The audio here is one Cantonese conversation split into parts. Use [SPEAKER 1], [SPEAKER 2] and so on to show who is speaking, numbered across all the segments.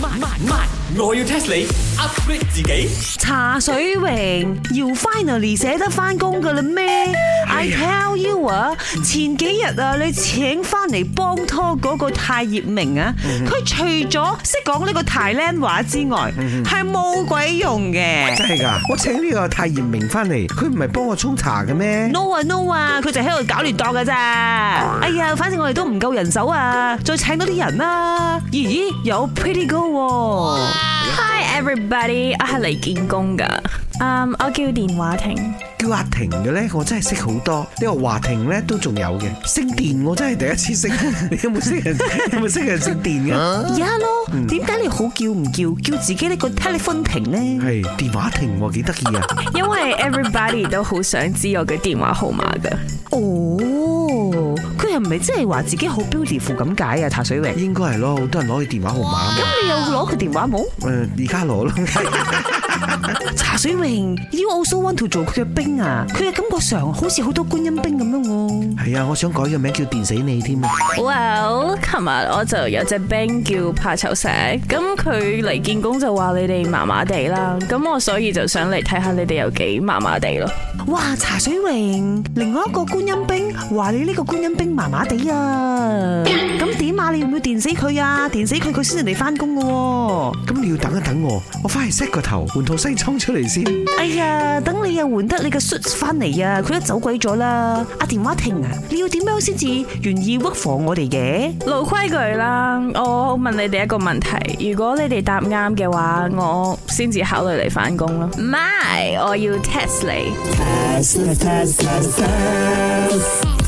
[SPEAKER 1] 慢慢我要 test 你 upgrade 自己。
[SPEAKER 2] 茶水榮要 finally 寫得翻工噶啦咩？I tell you 啊，前幾日啊，你請翻嚟幫拖嗰個泰業明啊，佢除咗識講呢個泰蘭話之外，係冇鬼用嘅。
[SPEAKER 3] 真係㗎，我請呢個太嚴明翻嚟，佢唔係幫我沖茶嘅咩？
[SPEAKER 2] no 啊 no 啊，佢就喺度搞亂檔㗎咋。哎呀，反正我哋都唔夠人手啊，再請多啲人啦。咦咦，有 pretty girl 喎。
[SPEAKER 4] Hi everybody，我係嚟見工噶。嗯，我叫電話亭。
[SPEAKER 3] 叫阿婷嘅咧，我真係識好多。呢個華婷咧都仲有嘅，姓電我真係第一次識。你有冇識人？有冇識人姓電嘅？
[SPEAKER 2] 而家咯，點解你好叫唔叫叫自己呢個 telephone 亭咧？
[SPEAKER 3] 係電話亭喎，幾得意啊！
[SPEAKER 4] 因為 everybody 都好想知我嘅電話號碼噶。
[SPEAKER 2] 哦，佢係咪真係話自己好 beautiful 咁解啊？茶水榮，
[SPEAKER 3] 應該係咯，好多人攞佢電話號碼啊
[SPEAKER 2] 咁你有攞佢電話冇？
[SPEAKER 3] 嘛。誒，而家攞啦。
[SPEAKER 2] 茶水榮，you also want to 做佢嘅兵啊？佢嘅感覺上好似好多觀音兵咁樣喎。
[SPEAKER 3] 係啊，我想改個名叫電死你添啊！
[SPEAKER 4] Well，琴日我就有隻 band 叫怕醜石，咁佢嚟見工就話你哋麻麻地啦，咁我所以就想嚟睇下你哋有幾麻麻地咯。
[SPEAKER 2] 哇，茶水榮，另外一個觀音兵話你呢個觀音兵麻麻地啊，咁點啊？你要唔要電死佢啊？電死佢佢先嚟翻工嘅喎。
[SPEAKER 3] 咁你要等一等我，我翻去 set 個頭，換套西裝出嚟先。
[SPEAKER 2] 哎呀，等你又換得你嘅 suit 翻嚟啊，佢都走鬼咗啦！阿電話亭啊，你要點樣先至願意屈服我哋嘅？
[SPEAKER 4] 老規矩啦，我問你哋一個問題，如果你哋答啱嘅話，我先至考慮嚟返工咯。唔係，我要 test 你。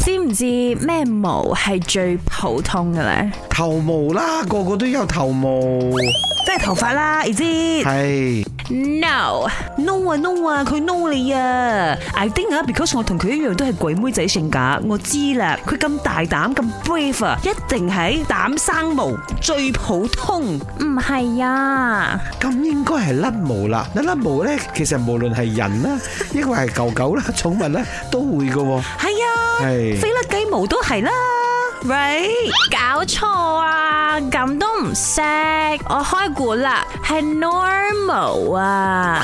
[SPEAKER 4] 知唔知咩毛係最普通嘅咧？
[SPEAKER 3] 頭毛啦，個個都有頭毛。
[SPEAKER 2] 即係頭髮啦，而知
[SPEAKER 3] 係
[SPEAKER 4] No，
[SPEAKER 2] no 啊 no 啊，佢 no 你啊！I think 啊，because 我同佢一樣都係鬼妹仔性格，我知啦，佢咁大膽咁 brave 啊，一定係膽生毛最普通。
[SPEAKER 4] 唔係啊，
[SPEAKER 3] 咁應該係甩毛啦。嗱，甩毛咧，其實無論係人啦，抑或係狗狗啦、寵物咧，都會嘅喎。
[SPEAKER 2] 係啊，
[SPEAKER 3] 係
[SPEAKER 2] 飛甩雞毛都係啦，right？
[SPEAKER 4] 搞錯啊，咁都唔識，我開估啦，係 normal 啊。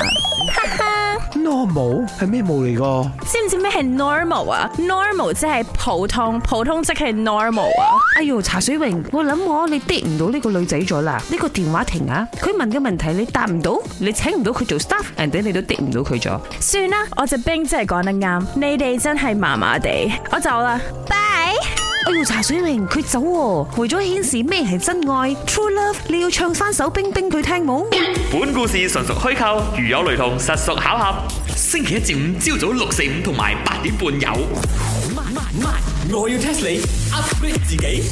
[SPEAKER 3] normal 係咩毛嚟㗎？
[SPEAKER 4] 知唔知咩係 normal 啊？normal 即係普通，普通即係 normal 啊。
[SPEAKER 2] 哎呦，茶水榮，我諗我你 date 唔到呢個女仔咗啦，呢、個電話亭啊，佢問嘅問題你答唔到，你請唔到佢做 staff，人哋你都 date 唔到佢咗。
[SPEAKER 4] 算啦，我隻冰真係講得啱，你哋真係麻麻地，我走啦，bye。
[SPEAKER 2] 哎呦，茶水榮佢走喎，為咗顯示咩係真愛 true love，你要唱翻首冰冰佢聽冇？
[SPEAKER 5] 本故事純屬虛構，如有雷同，實屬巧合。
[SPEAKER 1] 星期一至五朝早六四五同埋八點半有。我要 test 你 upgrade 自己。